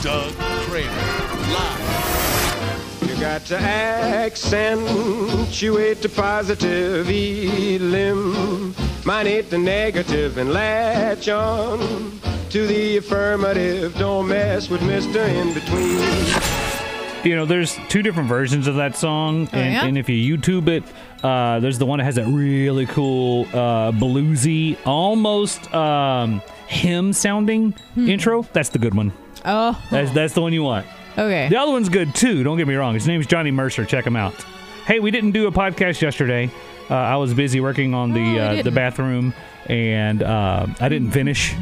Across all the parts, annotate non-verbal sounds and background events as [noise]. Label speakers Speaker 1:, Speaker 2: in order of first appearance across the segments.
Speaker 1: Doug Kramer, live.
Speaker 2: You got to accentuate the positive, eliminate the negative, and latch on to the affirmative. Don't mess with Mr. In Between.
Speaker 3: you know, there's two different versions of that song, and,
Speaker 4: Oh, yeah?
Speaker 3: and if you YouTube it, uh, there's the one that has that really cool uh, bluesy, almost um, hymn sounding intro. That's the good one.
Speaker 4: Hmm. Oh,
Speaker 3: That's that's the one you want.
Speaker 4: okay.
Speaker 3: The other one's good too. Don't get me wrong. His name's Johnny Mercer. Check him out. Hey, we didn't do a podcast yesterday. Uh, I was busy working on
Speaker 4: Oh, we
Speaker 3: the uh, the
Speaker 4: didn't.
Speaker 3: bathroom, and uh, I didn't
Speaker 4: [laughs]
Speaker 3: finish.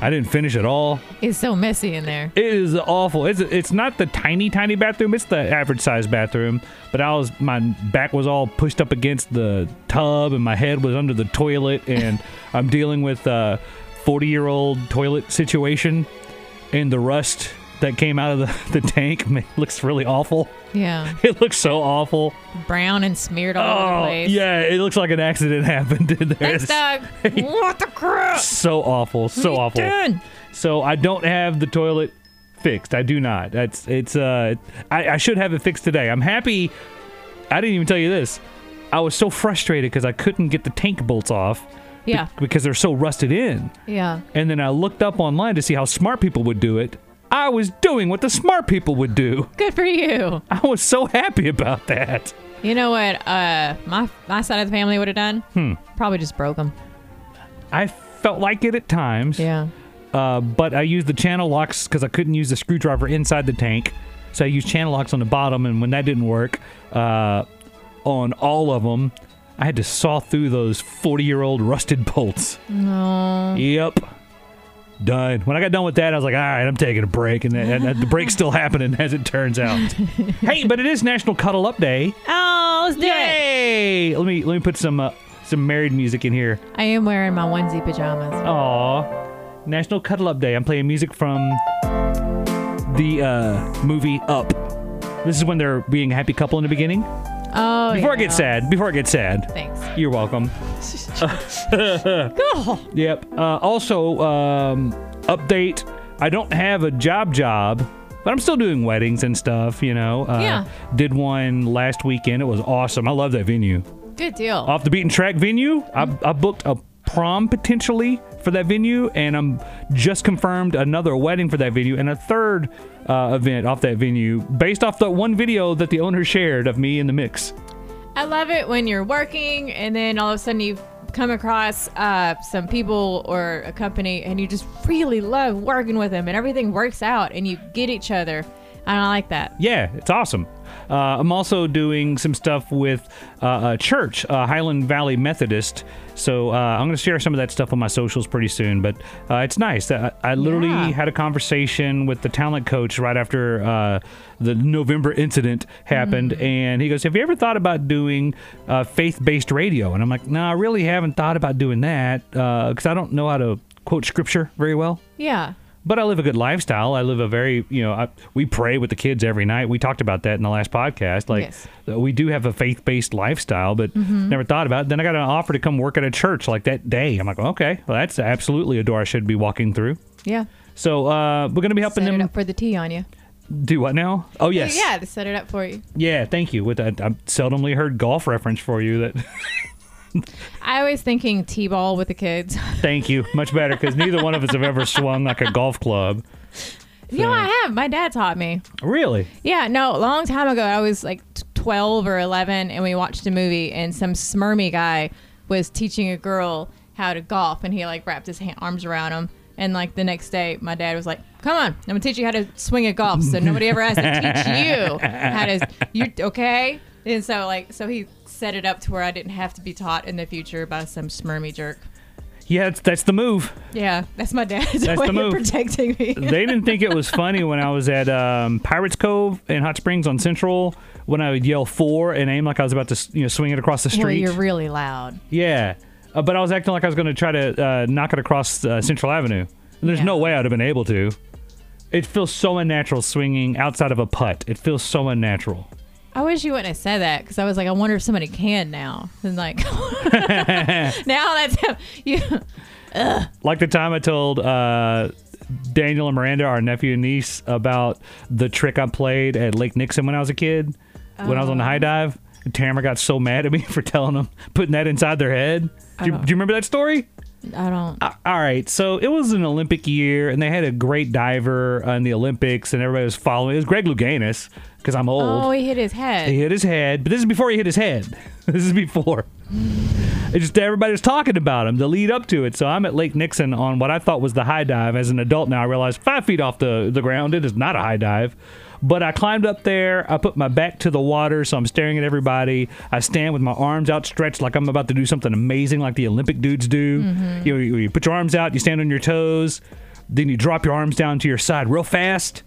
Speaker 3: I didn't finish at all.
Speaker 4: It's so messy in there.
Speaker 3: It is awful. It's it's not the tiny tiny bathroom. It's the average size bathroom. But I was my back was all pushed up against the tub, and my head was under the toilet, and I'm dealing with a 40 year old toilet situation, and the rust that came out of the, [laughs] the tank ma- looks really awful.
Speaker 4: Yeah.
Speaker 3: It looks so awful.
Speaker 4: Brown and smeared all over the
Speaker 3: Oh
Speaker 4: place.
Speaker 3: yeah, it looks like an accident [laughs] happened in there.
Speaker 4: Thanks, Doug.
Speaker 3: [laughs]
Speaker 4: what the crap?
Speaker 3: So awful. So awful.
Speaker 4: Done.
Speaker 3: So I don't have the toilet fixed. I do not. That's it's uh I, I should have it fixed today. I'm happy I didn't even tell you this. I was so frustrated because I couldn't get the tank bolts off be-
Speaker 4: Yeah.
Speaker 3: because they're so rusted in.
Speaker 4: Yeah.
Speaker 3: And then I looked up online to see how smart people would do it. I was doing what the smart people would do. [laughs]
Speaker 4: Good for you.
Speaker 3: I was so happy about that.
Speaker 4: You know what? Uh, my my side of the family would have done. Hmm. Probably just broke them.
Speaker 3: I felt like it at times.
Speaker 4: Yeah.
Speaker 3: uh, but I used the channel locks because I couldn't use the screwdriver inside the tank. So I used channel locks on the bottom, and when that didn't work uh, on all of them, I had to saw through those 40 year old rusted bolts.
Speaker 4: Oh.
Speaker 3: Yep. Done. When I got done with that, I was like, all right, I'm taking a break. And that, that- the break's still happening, as it turns out. hey, but it is National Cuddle Up Day.
Speaker 4: Oh, let's do it.
Speaker 3: Yay! Let me, let me put some, uh, some married music in here.
Speaker 4: I am wearing my onesie pajamas.
Speaker 3: Aw. National Cuddle Up Day. I'm playing music from the uh, movie Up. This is when they're being a happy couple in the beginning.
Speaker 4: Oh,
Speaker 3: Before it
Speaker 4: yeah.
Speaker 3: gets sad. Before it gets sad.
Speaker 4: Thanks.
Speaker 3: You're welcome. Yep. Uh, also, um, update. I don't have a job job, but I'm still doing weddings and stuff. You know. Uh,
Speaker 4: Yeah.
Speaker 3: Did one last weekend. It was awesome. I love that venue.
Speaker 4: Good deal.
Speaker 3: Off the beaten track venue. I, I booked a prom potentially for that venue, and I'm just confirmed another wedding for that venue and a third uh, event off that venue based off the one video that the owner shared of me in the mix.
Speaker 4: I love it when you're working and then all of a sudden you come across uh, some people or a company and you just really love working with them and everything works out and you get each other. And I like that.
Speaker 3: Yeah, it's awesome. Uh, I'm also doing some stuff with uh, a church, uh, Highland Valley Methodist. So uh, I'm going to share some of that stuff on my socials pretty soon. But uh, it's nice. I, I literally
Speaker 4: Yeah.
Speaker 3: had a conversation with the talent coach right after uh, the November incident happened, and he goes, "Have you ever thought about doing uh, faith-based radio?" And I'm like, "No, I really haven't thought about doing that because I don't know how to quote scripture very well."
Speaker 4: Yeah.
Speaker 3: but I live a good lifestyle. I live a very, you know, I, we pray with the kids every night. We talked about that in the last podcast. Like,
Speaker 4: Yes. Mm-hmm.
Speaker 3: uh, we do have a faith based lifestyle, but never thought about it. Then I got an offer to come work at a church like that day. I'm like, okay, well, that's absolutely a door I should be walking through.
Speaker 4: Yeah.
Speaker 3: So uh, we're going to be helping
Speaker 4: Set it
Speaker 3: them
Speaker 4: up for the tea on you.
Speaker 3: do what now? Oh, yes.
Speaker 4: Yeah, they set it up for you.
Speaker 3: Yeah, thank you. With that, I seldomly heard golf reference for you. That [laughs]
Speaker 4: I always thinking T ball with the kids. [laughs]
Speaker 3: Thank you. Much better because neither one of us have ever swung like a golf club.
Speaker 4: you know, I have. My dad taught me.
Speaker 3: Really?
Speaker 4: Yeah, no, a long time ago, I was like t- 12 or 11, and we watched a movie, and some smarmy guy was teaching a girl how to golf, and he like wrapped his ha- arms around him. And like the next day, my dad was like, "Come on, I'm gonna teach you how to swing at golf, so nobody ever has to teach you how to. You okay?" And so like, so he set it up to where I didn't have to be taught in the future by some smirmy jerk.
Speaker 3: Yeah, that's, that's the move.
Speaker 4: Yeah, that's my dad's
Speaker 3: That's
Speaker 4: [laughs] way
Speaker 3: the move.
Speaker 4: of protecting me.
Speaker 3: they didn't think it
Speaker 4: [laughs]
Speaker 3: was funny when I was at um, Pirates Cove in Hot Springs on Central when I would yell four and aim like I was about to you know swing it across the
Speaker 4: Well,
Speaker 3: street.
Speaker 4: you're really loud.
Speaker 3: yeah, uh, but I was acting like I was going to try to uh, knock it across uh, Central Avenue. And there's
Speaker 4: Yeah.
Speaker 3: no way I'd have been able to. It feels so unnatural swinging outside of a putt. It feels so unnatural.
Speaker 4: I wish you wouldn't have said that because I was like, I wonder if somebody can now.
Speaker 3: [laughs]
Speaker 4: And like, [laughs] now that's how you.
Speaker 3: Like the time I told uh, Daniel and Miranda, our nephew and niece, about the trick I played at Lake Nixon when I was a kid, when I was on the high dive. Tamara got so mad at me [laughs] for telling them, putting that inside their head. Do you, do you remember that story?
Speaker 4: I don't.
Speaker 3: Uh, all right, so it was an Olympic year, and they had a great diver in the Olympics, and everybody was following. It was Greg Louganis, because I'm old.
Speaker 4: Oh, he hit his head.
Speaker 3: He hit his head, but this is before he hit his head. [laughs] This is before. It's just everybody was talking about him, the lead up to it. So I'm at Lake Nixon on what I thought was the high dive. As an adult now, I realize five feet off the, the ground, it is not a high dive. But I climbed up there. I put my back to the water, so I'm staring at everybody. I stand with my arms outstretched like I'm about to do something amazing, like the Olympic dudes do. You, know, you, you put your arms out, you stand on your toes, then you drop your arms down to your side real fast,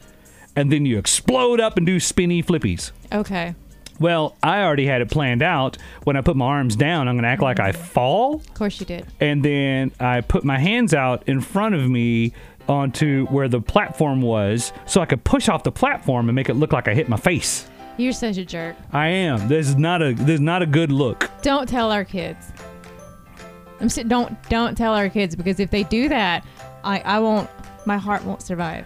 Speaker 3: and then you explode up and do spinny flippies.
Speaker 4: Okay.
Speaker 3: Well, I already had it planned out. When I put my arms down, I'm going to act like I fall.
Speaker 4: Of course you did.
Speaker 3: And then I put my hands out in front of me onto where the platform was so I could push off the platform and make it look like I hit my face.
Speaker 4: You're such a jerk.
Speaker 3: I am. This is not a this is not a good look.
Speaker 4: Don't tell our kids. I'm s don't don't tell our kids because if they do that, I I won't. My heart won't survive.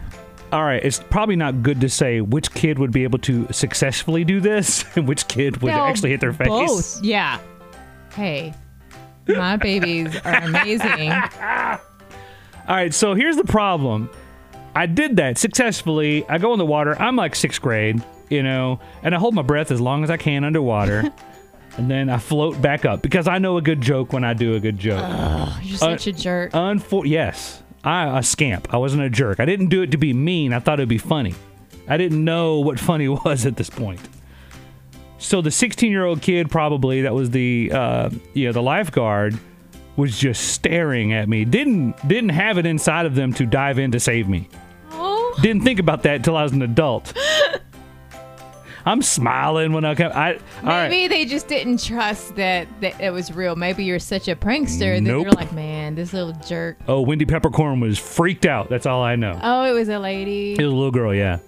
Speaker 3: All right, it's probably not good to say which kid would be able to successfully do this [laughs] and which kid would
Speaker 4: They'll
Speaker 3: actually hit their face.
Speaker 4: Both. Yeah. Hey, my babies are amazing.
Speaker 3: [laughs] All right, so here's the problem. I did that successfully. I go in the water. I'm like sixth grade, you know, and I hold my breath as long as I can underwater. and then I float back up because I know a good joke when I do a good joke.
Speaker 4: You're
Speaker 3: Uh,
Speaker 4: such a jerk.
Speaker 3: Unfor- yes, I a scamp. I wasn't a jerk. I didn't do it to be mean. I thought it'd be funny. I didn't know what funny [laughs] was at this point. So the 16 year old kid probably that was the uh, you know the lifeguard was just staring at me. Didn't didn't have it inside of them to dive in to save me.
Speaker 4: oh.
Speaker 3: Didn't think about that until I was an adult. I'm smiling when I come. I, all right.
Speaker 4: Maybe they just didn't trust that, that it was real. Maybe you're such a prankster that
Speaker 3: Nope.
Speaker 4: you're like, man, this little jerk.
Speaker 3: Oh, Wendy Peppercorn was freaked out. That's all I know.
Speaker 4: Oh, it was a lady.
Speaker 3: It was a little girl, yeah.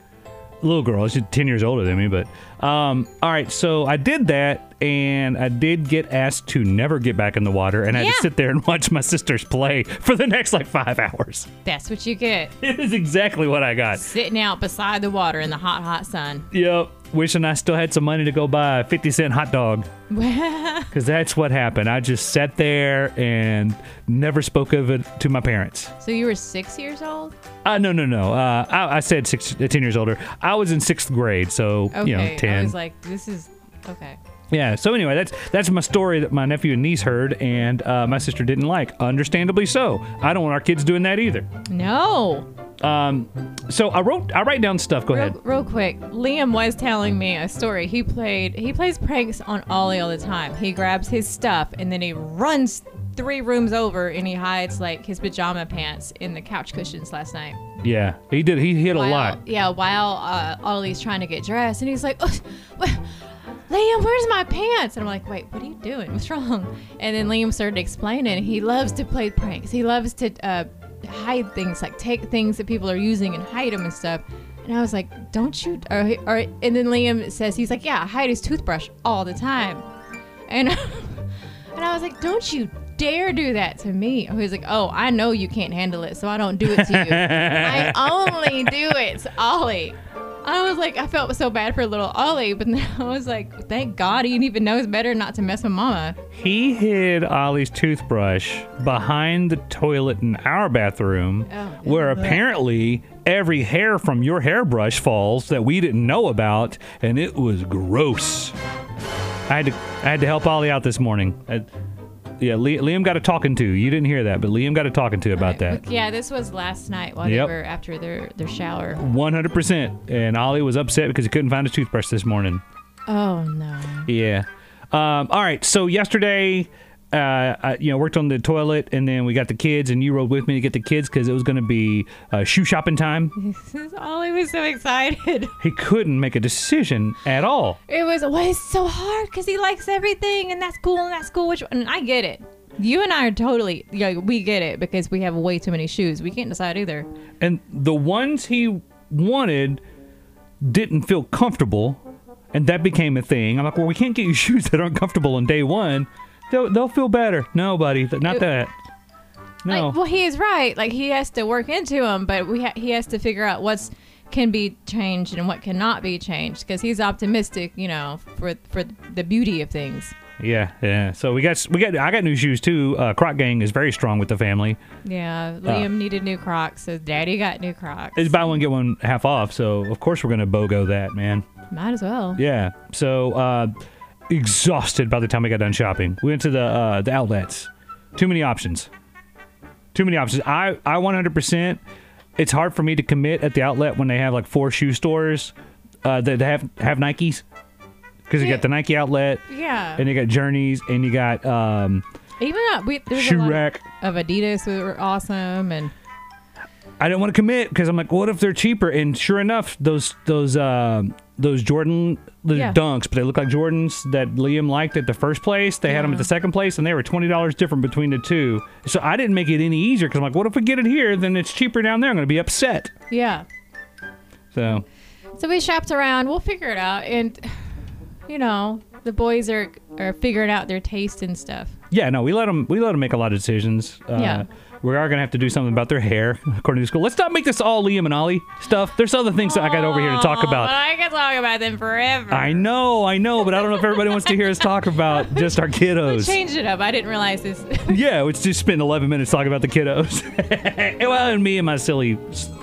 Speaker 3: Little girl. She's 10 years older than me, but. Um, all right, so I did that, and I did get asked to never get back in the water, and I had
Speaker 4: Yeah.
Speaker 3: to sit there and watch my sisters play for the next like five hours. [laughs]
Speaker 4: That's what you get
Speaker 3: It is exactly what I got.
Speaker 4: sitting out beside the water in the hot, hot sun. [laughs]
Speaker 3: Yep. Wishing I still had some money to go buy a 50 cent hot dog,
Speaker 4: Well,
Speaker 3: because that's what happened. I just sat there and never spoke of it to my parents.
Speaker 4: so you were six years old?
Speaker 3: Uh, no, no, no. Uh, I, I said six, 10 years older. I was in sixth grade, so,
Speaker 4: Okay.
Speaker 3: you know, 10.
Speaker 4: I was like, this is okay.
Speaker 3: Yeah. So anyway, that's that's my story that my nephew and niece heard, and uh, my sister didn't like. Understandably so. I don't want our kids doing that either.
Speaker 4: No.
Speaker 3: So I wrote I write down stuff. Go
Speaker 4: Real,
Speaker 3: ahead.
Speaker 4: real quick, Liam was telling me a story. He played he plays pranks on Ollie all the time. He grabs his stuff and then he runs three rooms over and he hides like his pajama pants in the couch cushions last night.
Speaker 3: Yeah, he did. He hit a
Speaker 4: While-
Speaker 3: lot.
Speaker 4: Yeah, while uh, Ollie's trying to get dressed and he's like, oh, wh- Liam, where's my pants? And I'm like, wait, what are you doing? What's wrong? And then Liam started explaining. He loves to play pranks. He loves to uh, hide things, like take things that people are using and hide them and stuff. And I was like, don't you? Or, or, and then Liam says, he's like, yeah, I hide his toothbrush all the time. And, [laughs] and I was like, don't you dare do that to me. And he was like, oh, I know you can't handle it, so I don't do it
Speaker 3: [laughs]
Speaker 4: to you. I only do it to Ollie. I was like, I felt so bad for little Ollie, but [laughs] then I was like, thank God he even knows better not to mess with mama.
Speaker 3: He hid Ollie's toothbrush behind the toilet in our bathroom,
Speaker 4: Oh.
Speaker 3: where apparently every hair from your hairbrush falls that we didn't know about, and it was gross. I had to I had to help Ollie out this morning. I- yeah, Li- Liam got a talking to. You didn't hear that, but Liam got a talking to about that.
Speaker 4: Yeah, this was last night while
Speaker 3: Yep.
Speaker 4: they were after their, their shower.
Speaker 3: 100%. And Ollie was upset because he couldn't find his toothbrush this morning.
Speaker 4: Oh, no.
Speaker 3: Yeah. Um, all right. So yesterday, uh, I, you know, worked on the toilet, and then we got the kids, and you rode with me to get the kids because it was going to be uh, shoe shopping time.
Speaker 4: Ollie was so excited. [laughs]
Speaker 3: He couldn't make a decision at all.
Speaker 4: It was, well, it's so hard because he likes everything and that's cool and that's cool. Which, and I get it. You and I are totally, yeah, we get it because we have way too many shoes. We can't decide either.
Speaker 3: And the ones he wanted didn't feel comfortable, and that became a thing. I'm like, well, we can't get you [laughs] shoes that aren't comfortable on day one. They'll, they'll feel better. No, buddy, th- not
Speaker 4: It-
Speaker 3: that. No.
Speaker 4: Like, well, he is right. Like he has to work into him, but we ha- he has to figure out what's can be changed and what cannot be changed because he's optimistic, you know, for for the beauty of things.
Speaker 3: yeah, yeah. So we got we got I got new shoes too. Uh, Croc Gang is very strong with the family.
Speaker 4: Yeah, Liam needed new Crocs, so Daddy got new Crocs.
Speaker 3: It's buy one get one half off. So of course we're gonna bogo that man.
Speaker 4: Might as well.
Speaker 3: Yeah. So uh, exhausted by the time we got done shopping. We went to the uh, the outlets. Too many options. Too many options. I I 100%. It's hard for me to commit at the outlet when they have like four shoe stores uh, that have have Nikes because you
Speaker 4: Yeah.
Speaker 3: got the Nike outlet
Speaker 4: Yeah,
Speaker 3: and you got Journeys and you got um,
Speaker 4: even not we there's
Speaker 3: Shoe
Speaker 4: a lot
Speaker 3: Rack.
Speaker 4: of Adidas that were awesome and
Speaker 3: I didn't want to commit because I'm like, what if they're cheaper? And sure enough, those those uh, those Jordan the
Speaker 4: Yeah.
Speaker 3: dunks, but they look like Jordans that Liam liked at the first place. They had them at the second place, and they were twenty dollars different between the two. So I didn't make it any easier because I'm like, what if we get it here? Then it's cheaper down there. I'm gonna be upset.
Speaker 4: yeah.
Speaker 3: So
Speaker 4: So we shopped around. We'll figure it out, and you know the boys are are figuring out their taste and stuff.
Speaker 3: yeah, no, we let them we let them make a lot of decisions. Uh,
Speaker 4: Yeah.
Speaker 3: We are gonna have to do something about their hair, [laughs] according to school. Let's not make this all Liam and Ollie stuff. There's other things that I got over here to talk about.
Speaker 4: I could talk about them forever.
Speaker 3: I know, I know, but I don't know if everybody wants to hear us talk about just our kiddos.
Speaker 4: Changed it up. I didn't realize this.
Speaker 3: Yeah, we just spent 11 minutes talking about the kiddos. [laughs] well, and me and my silly, you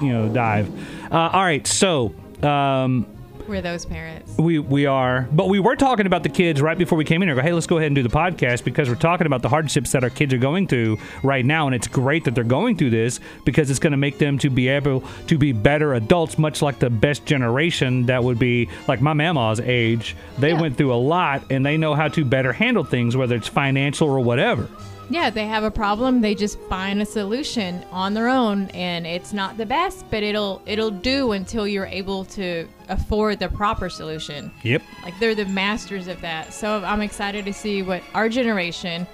Speaker 3: know, dive. Uh, all right, so um,
Speaker 4: [laughs] We're those parents.
Speaker 3: we we are, but we were talking about the kids right before we came in here. Go, hey, let's go ahead and do the podcast because we're talking about the hardships that our kids are going through right now, and it's great that they're going through this because it's going to make them to be able to be better adults, much like the best generation that would be like my mama's age. They
Speaker 4: Yeah.
Speaker 3: went through a lot, and they know how to better handle things, whether it's financial or whatever.
Speaker 4: Yeah, they have a problem. They just find a solution on their own, and it's not the best, but it'll it'll do until you're able to afford the proper solution.
Speaker 3: Yep.
Speaker 4: Like they're the masters of that. So I'm excited to see what our generation,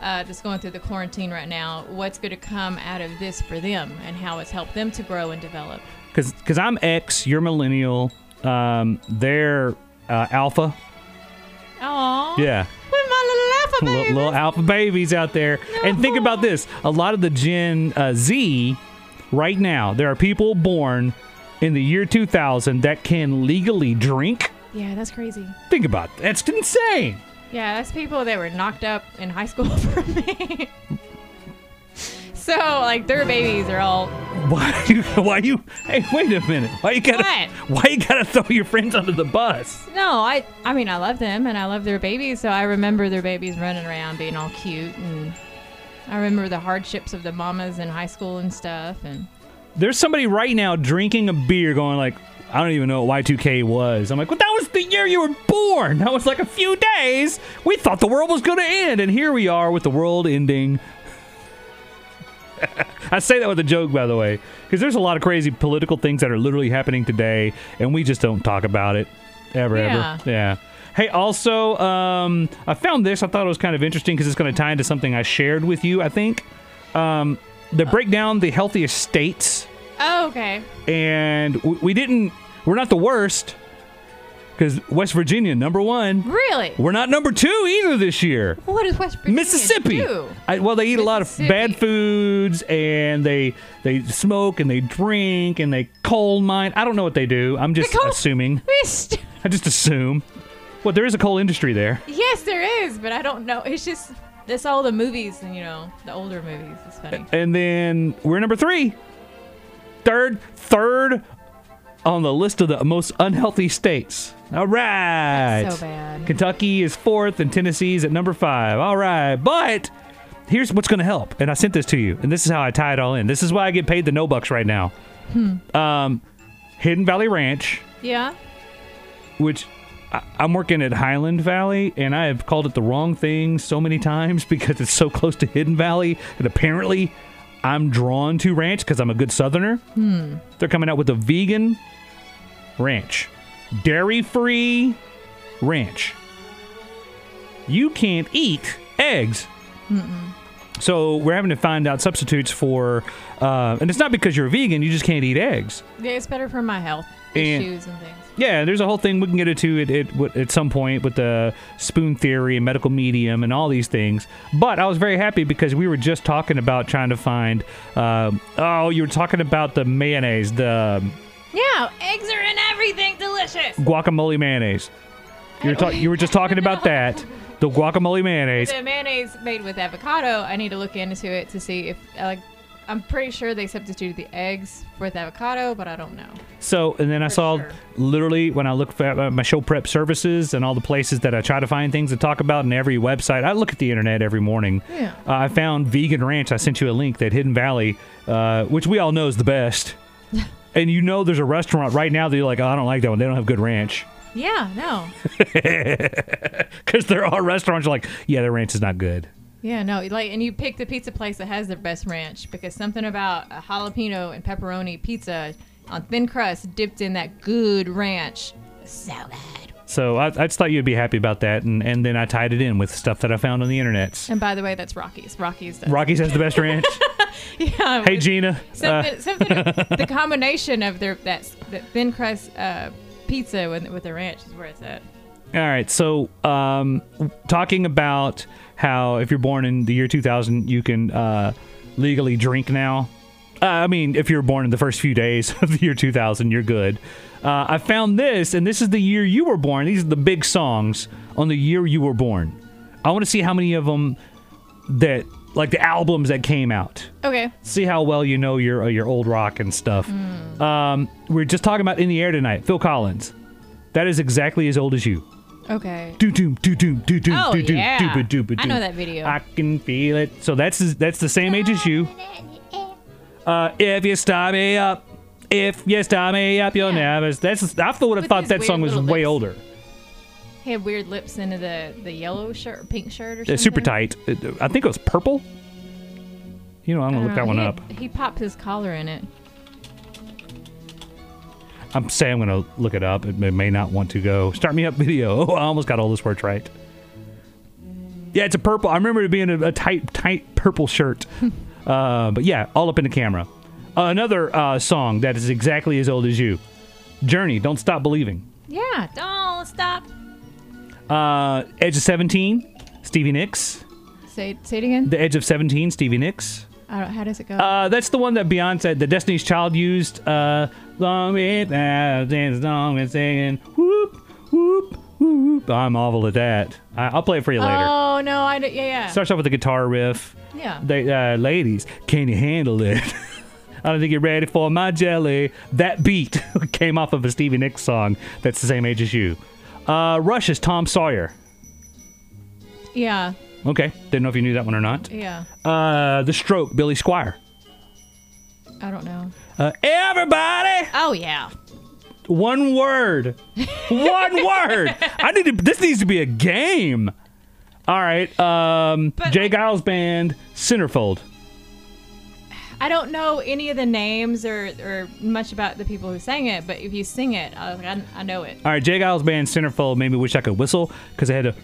Speaker 4: uh, that's going through the quarantine right now, what's going to come out of this for them and how it's helped them to grow and develop.
Speaker 3: because because I'm X, you're millennial, um, they're uh, alpha,
Speaker 4: Oh,
Speaker 3: yeah,
Speaker 4: With my little alpha
Speaker 3: little,
Speaker 4: baby.
Speaker 3: little alpha babies out there. And think about this: a lot of the Gen uh, Z right now, there are people born in the year 2000 that can legally drink.
Speaker 4: yeah, that's crazy.
Speaker 3: Think about that. that's insane. [laughs]
Speaker 4: Yeah, that's people that were knocked up in high school [laughs] for me. so, like, their babies are all.
Speaker 3: Why you, why you? Hey, wait a minute. Why you gotta? Why you gotta throw your friends under the bus?
Speaker 4: No, I. I mean, I love them and I love their babies. So I remember their babies running around being all cute, and I remember the hardships of the mamas in high school and stuff. And
Speaker 3: There's somebody right now drinking a beer, going like. I don't even know what Y2K was. I'm like, well, that was the year you were born. That was like a few days. We thought the world was going to end, and here we are with the world ending. [laughs] I say that with a joke, by the way, because there's a lot of crazy political things that are literally happening today, and we just don't talk about it ever,
Speaker 4: Yeah.
Speaker 3: ever. Yeah. Hey, also, um, I found this. I thought it was kind of interesting because it's going to tie into something I shared with you. I think um, they break down the healthiest states
Speaker 4: oh, okay.
Speaker 3: and we, we didn't. We're not the worst because West Virginia number one.
Speaker 4: Really?
Speaker 3: We're not number two either this year.
Speaker 4: What does West Virginia
Speaker 3: Mississippi.
Speaker 4: do? [laughs]
Speaker 3: I, well, they eat a lot of
Speaker 4: Mississippi.
Speaker 3: bad foods and they they smoke and they drink and they coal mine. I don't know what they do. I'm just
Speaker 4: They coal-
Speaker 3: assuming.
Speaker 4: Mist-
Speaker 3: I just assume. Well, there is a coal industry there.
Speaker 4: Yes, there is, but I don't know. It's just that's all the movies, and you know, the older movies. It's funny.
Speaker 3: And then we're number three. Third, third on the list of the most unhealthy states. All right.
Speaker 4: so bad.
Speaker 3: Kentucky is fourth and Tennessee's at number five. All right. But here's what's going to help. And I sent this to you. And this is how I tie it all in. This is why I get paid the no bucks right now. Um, Hidden Valley Ranch,
Speaker 4: Yeah.
Speaker 3: which I- I'm working at Highland Valley, and I have called it the wrong thing so many times [laughs] because it's so close to Hidden Valley. And apparently, I'm drawn to ranch because I'm a good Southerner. They're coming out with a vegan ranch, dairy free ranch. You can't eat eggs. So we're having to find out substitutes for, uh, and it's not because you're a vegan; you just can't eat eggs.
Speaker 4: Yeah, it's better for my health
Speaker 3: And-
Speaker 4: issues and things.
Speaker 3: Yeah, there's a whole thing we can get into it, it, what- at some point with the spoon theory and medical medium and all these things. But I was very happy because we were just talking about trying to find. Um, oh, you were talking about the mayonnaise, the
Speaker 4: Yeah, eggs are in everything. Delicious.
Speaker 3: guacamole mayonnaise. You were, ta- you were just talking about that, the guacamole mayonnaise.
Speaker 4: The mayonnaise made with avocado. I need to look into it to see if uh, like. I'm pretty sure they substituted the eggs with avocado, but I don't know.
Speaker 3: So, and then I
Speaker 4: For
Speaker 3: saw
Speaker 4: sure.
Speaker 3: literally when I look for uh, my show prep services and all the places that I try to find things to talk about and every website. I look at the internet every morning.
Speaker 4: Yeah.
Speaker 3: Uh, I found Vegan Ranch. I sent you a link that Hidden Valley, uh, which we all know is the best.
Speaker 4: [laughs]
Speaker 3: and you know there's a restaurant right now that you're like, oh, I don't like that one. They don't have good ranch. [laughs]
Speaker 4: Yeah, no.
Speaker 3: Because there are restaurants you're like, yeah, their ranch is not good.
Speaker 4: Yeah, no. Like, and you pick the pizza place that has the best ranch because something about a jalapeno and pepperoni pizza on thin crust dipped in that good ranch. So good.
Speaker 3: So I, I just thought you'd be happy about that. And, and then I tied it in with stuff that I found on the internet.
Speaker 4: And by the way, that's Rocky's. Rocky's. Does.
Speaker 3: Rockies has the best ranch.
Speaker 4: [laughs] Yeah.
Speaker 3: hey, Gina. uh,
Speaker 4: Something,
Speaker 3: [laughs]
Speaker 4: something. the combination of their that that thin crust uh, pizza with with the ranch is where it's at.
Speaker 3: All right. So, um, talking about how if you're born in the year 2000, you can uh, legally drink now. Uh, I mean, if you're born in the first few days [laughs] of the year 2000, you're good. Uh, I found this, and this is the year you were born. These are the big songs on the year you were born. I want to see how many of them that, like the albums that came out
Speaker 4: Okay.
Speaker 3: see how well you know your uh, your old rock and stuff. Um, we are just talking about in the air tonight. Phil Collins, that is exactly as old as you.
Speaker 4: Okay.
Speaker 3: Do doom do doom do doom
Speaker 4: Oh,
Speaker 3: do doom
Speaker 4: yeah.
Speaker 3: dooba dooba
Speaker 4: I know
Speaker 3: doo.
Speaker 4: that video.
Speaker 3: I can feel it. So that's that's the same age as you. Uh, if you star me up, if you star me up, you'll
Speaker 4: Yeah.
Speaker 3: never. That's I would have
Speaker 4: With
Speaker 3: thought
Speaker 4: these
Speaker 3: that song
Speaker 4: weird
Speaker 3: was
Speaker 4: little
Speaker 3: way
Speaker 4: lips.
Speaker 3: older.
Speaker 4: He had weird lips into the the yellow shirt, or pink shirt, or something.
Speaker 3: It's super tight. It- I think it was purple. You know, I'm
Speaker 4: I
Speaker 3: gonna
Speaker 4: don't
Speaker 3: look that
Speaker 4: know.
Speaker 3: one
Speaker 4: Uh, He
Speaker 3: up.
Speaker 4: had- He popped his collar in it.
Speaker 3: I'm saying I'm gonna look it up. It may- may not want to go. Start me up [laughs] video. Oh, I almost got all those words right. Yeah, it's a purple. I remember it being a, a tight, tight purple shirt. uh, but yeah, all up in the camera. Uh, another uh, song that is exactly as old as you. Journey, don't stop believing.
Speaker 4: Yeah. Don't stop.
Speaker 3: Uh, Edge of 17, Stevie Nicks.
Speaker 4: Say say it again.
Speaker 3: The Edge of 17, Stevie Nicks.
Speaker 4: I don't, how does it go?
Speaker 3: Uh, that's the one that Beyonce, the Destiny's Child used. Uh, long way down, dance long and singing, whoop, whoop, whoop. Oh, I'm awful at that. I, I'll play it for you later.
Speaker 4: Oh no, I don't- yeah yeah.
Speaker 3: Starts off with a guitar riff.
Speaker 4: yeah.
Speaker 3: They, uh, ladies, can you handle it? [laughs] I don't think you're ready for my jelly. That beat [laughs] came off of a Stevie Nicks song that's the same age as you. Uh, Rush is Tom Sawyer.
Speaker 4: yeah.
Speaker 3: Okay, didn't know if you knew that one or not.
Speaker 4: Yeah.
Speaker 3: Uh, the Stroke, Billy Squire.
Speaker 4: I don't know.
Speaker 3: Uh, everybody.
Speaker 4: Oh yeah.
Speaker 3: One word. One
Speaker 4: [laughs]
Speaker 3: word. I need to this needs to be a game. All right. Um
Speaker 4: But,
Speaker 3: Jay
Speaker 4: like-
Speaker 3: Giles band Centerfold.
Speaker 4: I don't know any of the names or, or much about the people who sang it, but if you sing it, I, I, I know it.
Speaker 3: All right, Jay Giles band Centerfold made me wish I could whistle cuz I had to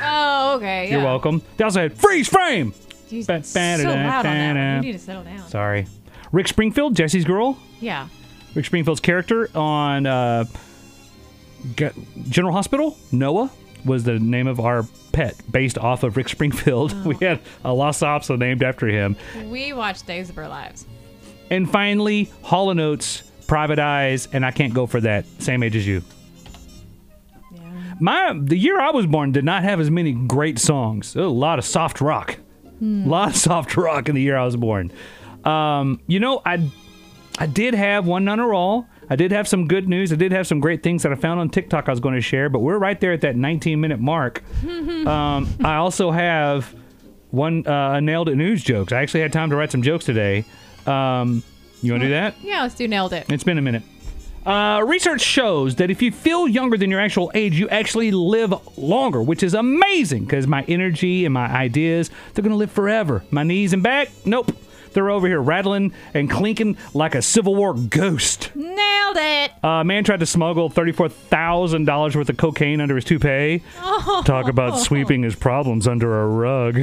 Speaker 4: Oh, okay.
Speaker 3: You're
Speaker 4: yeah.
Speaker 3: welcome. They also had Freeze Frame.
Speaker 4: Jeez,
Speaker 3: Ba- ba-
Speaker 4: so
Speaker 3: da-
Speaker 4: loud on that
Speaker 3: da-
Speaker 4: one. You need to settle down.
Speaker 3: Sorry. Rick Springfield, Jesse's girl.
Speaker 4: Yeah.
Speaker 3: Rick Springfield's character on uh, G- General Hospital, Noah, was the name of our pet based off of Rick Springfield. [laughs] We
Speaker 4: Oh.
Speaker 3: had a Los Ops named after him.
Speaker 4: We watched Days of Our Lives.
Speaker 3: And finally, Hall & Oates, Private Eyes, and I Can't Go For That, same age as you.
Speaker 4: Yeah.
Speaker 3: My The year I was born did not have as many great songs. There was A lot of soft rock. A lot of soft rock in the year I was born. Um, you know, I I did have one none or all. I did have some good news. I did have some great things that I found on TikTok I was going to share, but we're right there at that 19 minute mark. um, I also have one uh, nailed it news jokes. I actually had time to write some jokes today. Um, you want to do that?
Speaker 4: Yeah, let's do Nailed It.
Speaker 3: It's been a minute. Uh, research shows that if you feel younger than your actual age, you actually live longer, which is amazing because my energy and my ideas, they're going to live forever. My knees and back, nope. They're over here rattling and clinking like a Civil War ghost.
Speaker 4: Nailed it.
Speaker 3: Uh, man tried to smuggle $34,000 worth of cocaine under his toupee. Talk about sweeping his problems under a rug.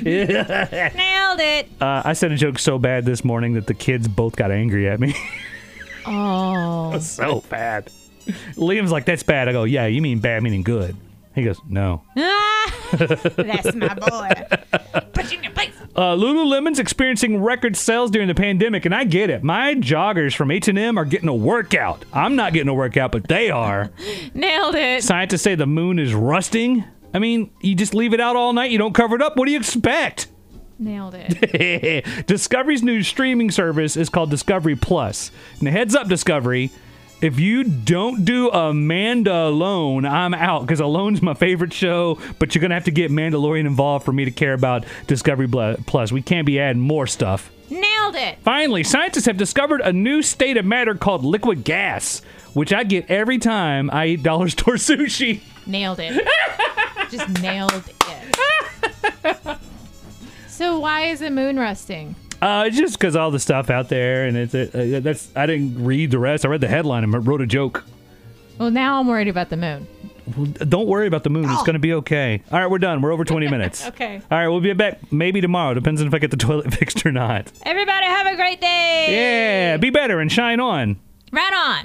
Speaker 3: [laughs]
Speaker 4: Nailed it.
Speaker 3: uh, I said a joke so bad this morning that the kids both got angry at me. [laughs]
Speaker 4: Oh.
Speaker 3: so bad. [laughs] Liam's like, that's bad. I go, yeah, you mean bad meaning good. He goes, no.
Speaker 4: That's
Speaker 3: [laughs]
Speaker 4: my boy. Put you in your place.
Speaker 3: Uh, Lululemon's experiencing record sales during the pandemic, and I get it. My joggers from H&M are getting a workout. I'm not getting a workout, but they are.
Speaker 4: Nailed it.
Speaker 3: Scientists say the moon is rusting. I mean, you just leave it out all night, you don't cover it up. What do you expect?
Speaker 4: Nailed
Speaker 3: [laughs]
Speaker 4: it.
Speaker 3: Discovery's new streaming service is called Discovery Plus. Now, heads up, Discovery. If you don't do Amanda alone, I'm out because Alone's my favorite show. But you're gonna have to get Mandalorian involved for me to care about Discovery Bla- Plus. We can't be adding more stuff.
Speaker 4: Nailed it.
Speaker 3: Finally, scientists have discovered a new state of matter called liquid gas, which I get every time I eat dollar [laughs] store sushi.
Speaker 4: Nailed it. Just nailed it.
Speaker 3: [laughs]
Speaker 4: so why is the moon rusting?
Speaker 3: Uh, it's just because all the stuff out there, and it's uh, uh, that's I didn't read the rest. I read the headline and wrote a joke.
Speaker 4: Well, now I'm worried about the moon.
Speaker 3: Don't worry about the moon. It's going to be okay. All right, we're done. We're over 20 minutes.
Speaker 4: Okay.
Speaker 3: All right, we'll be back maybe tomorrow. Depends on if I get the toilet [laughs] fixed or not.
Speaker 4: Everybody have a great day.
Speaker 3: Yeah, be better and shine on.
Speaker 4: Right on.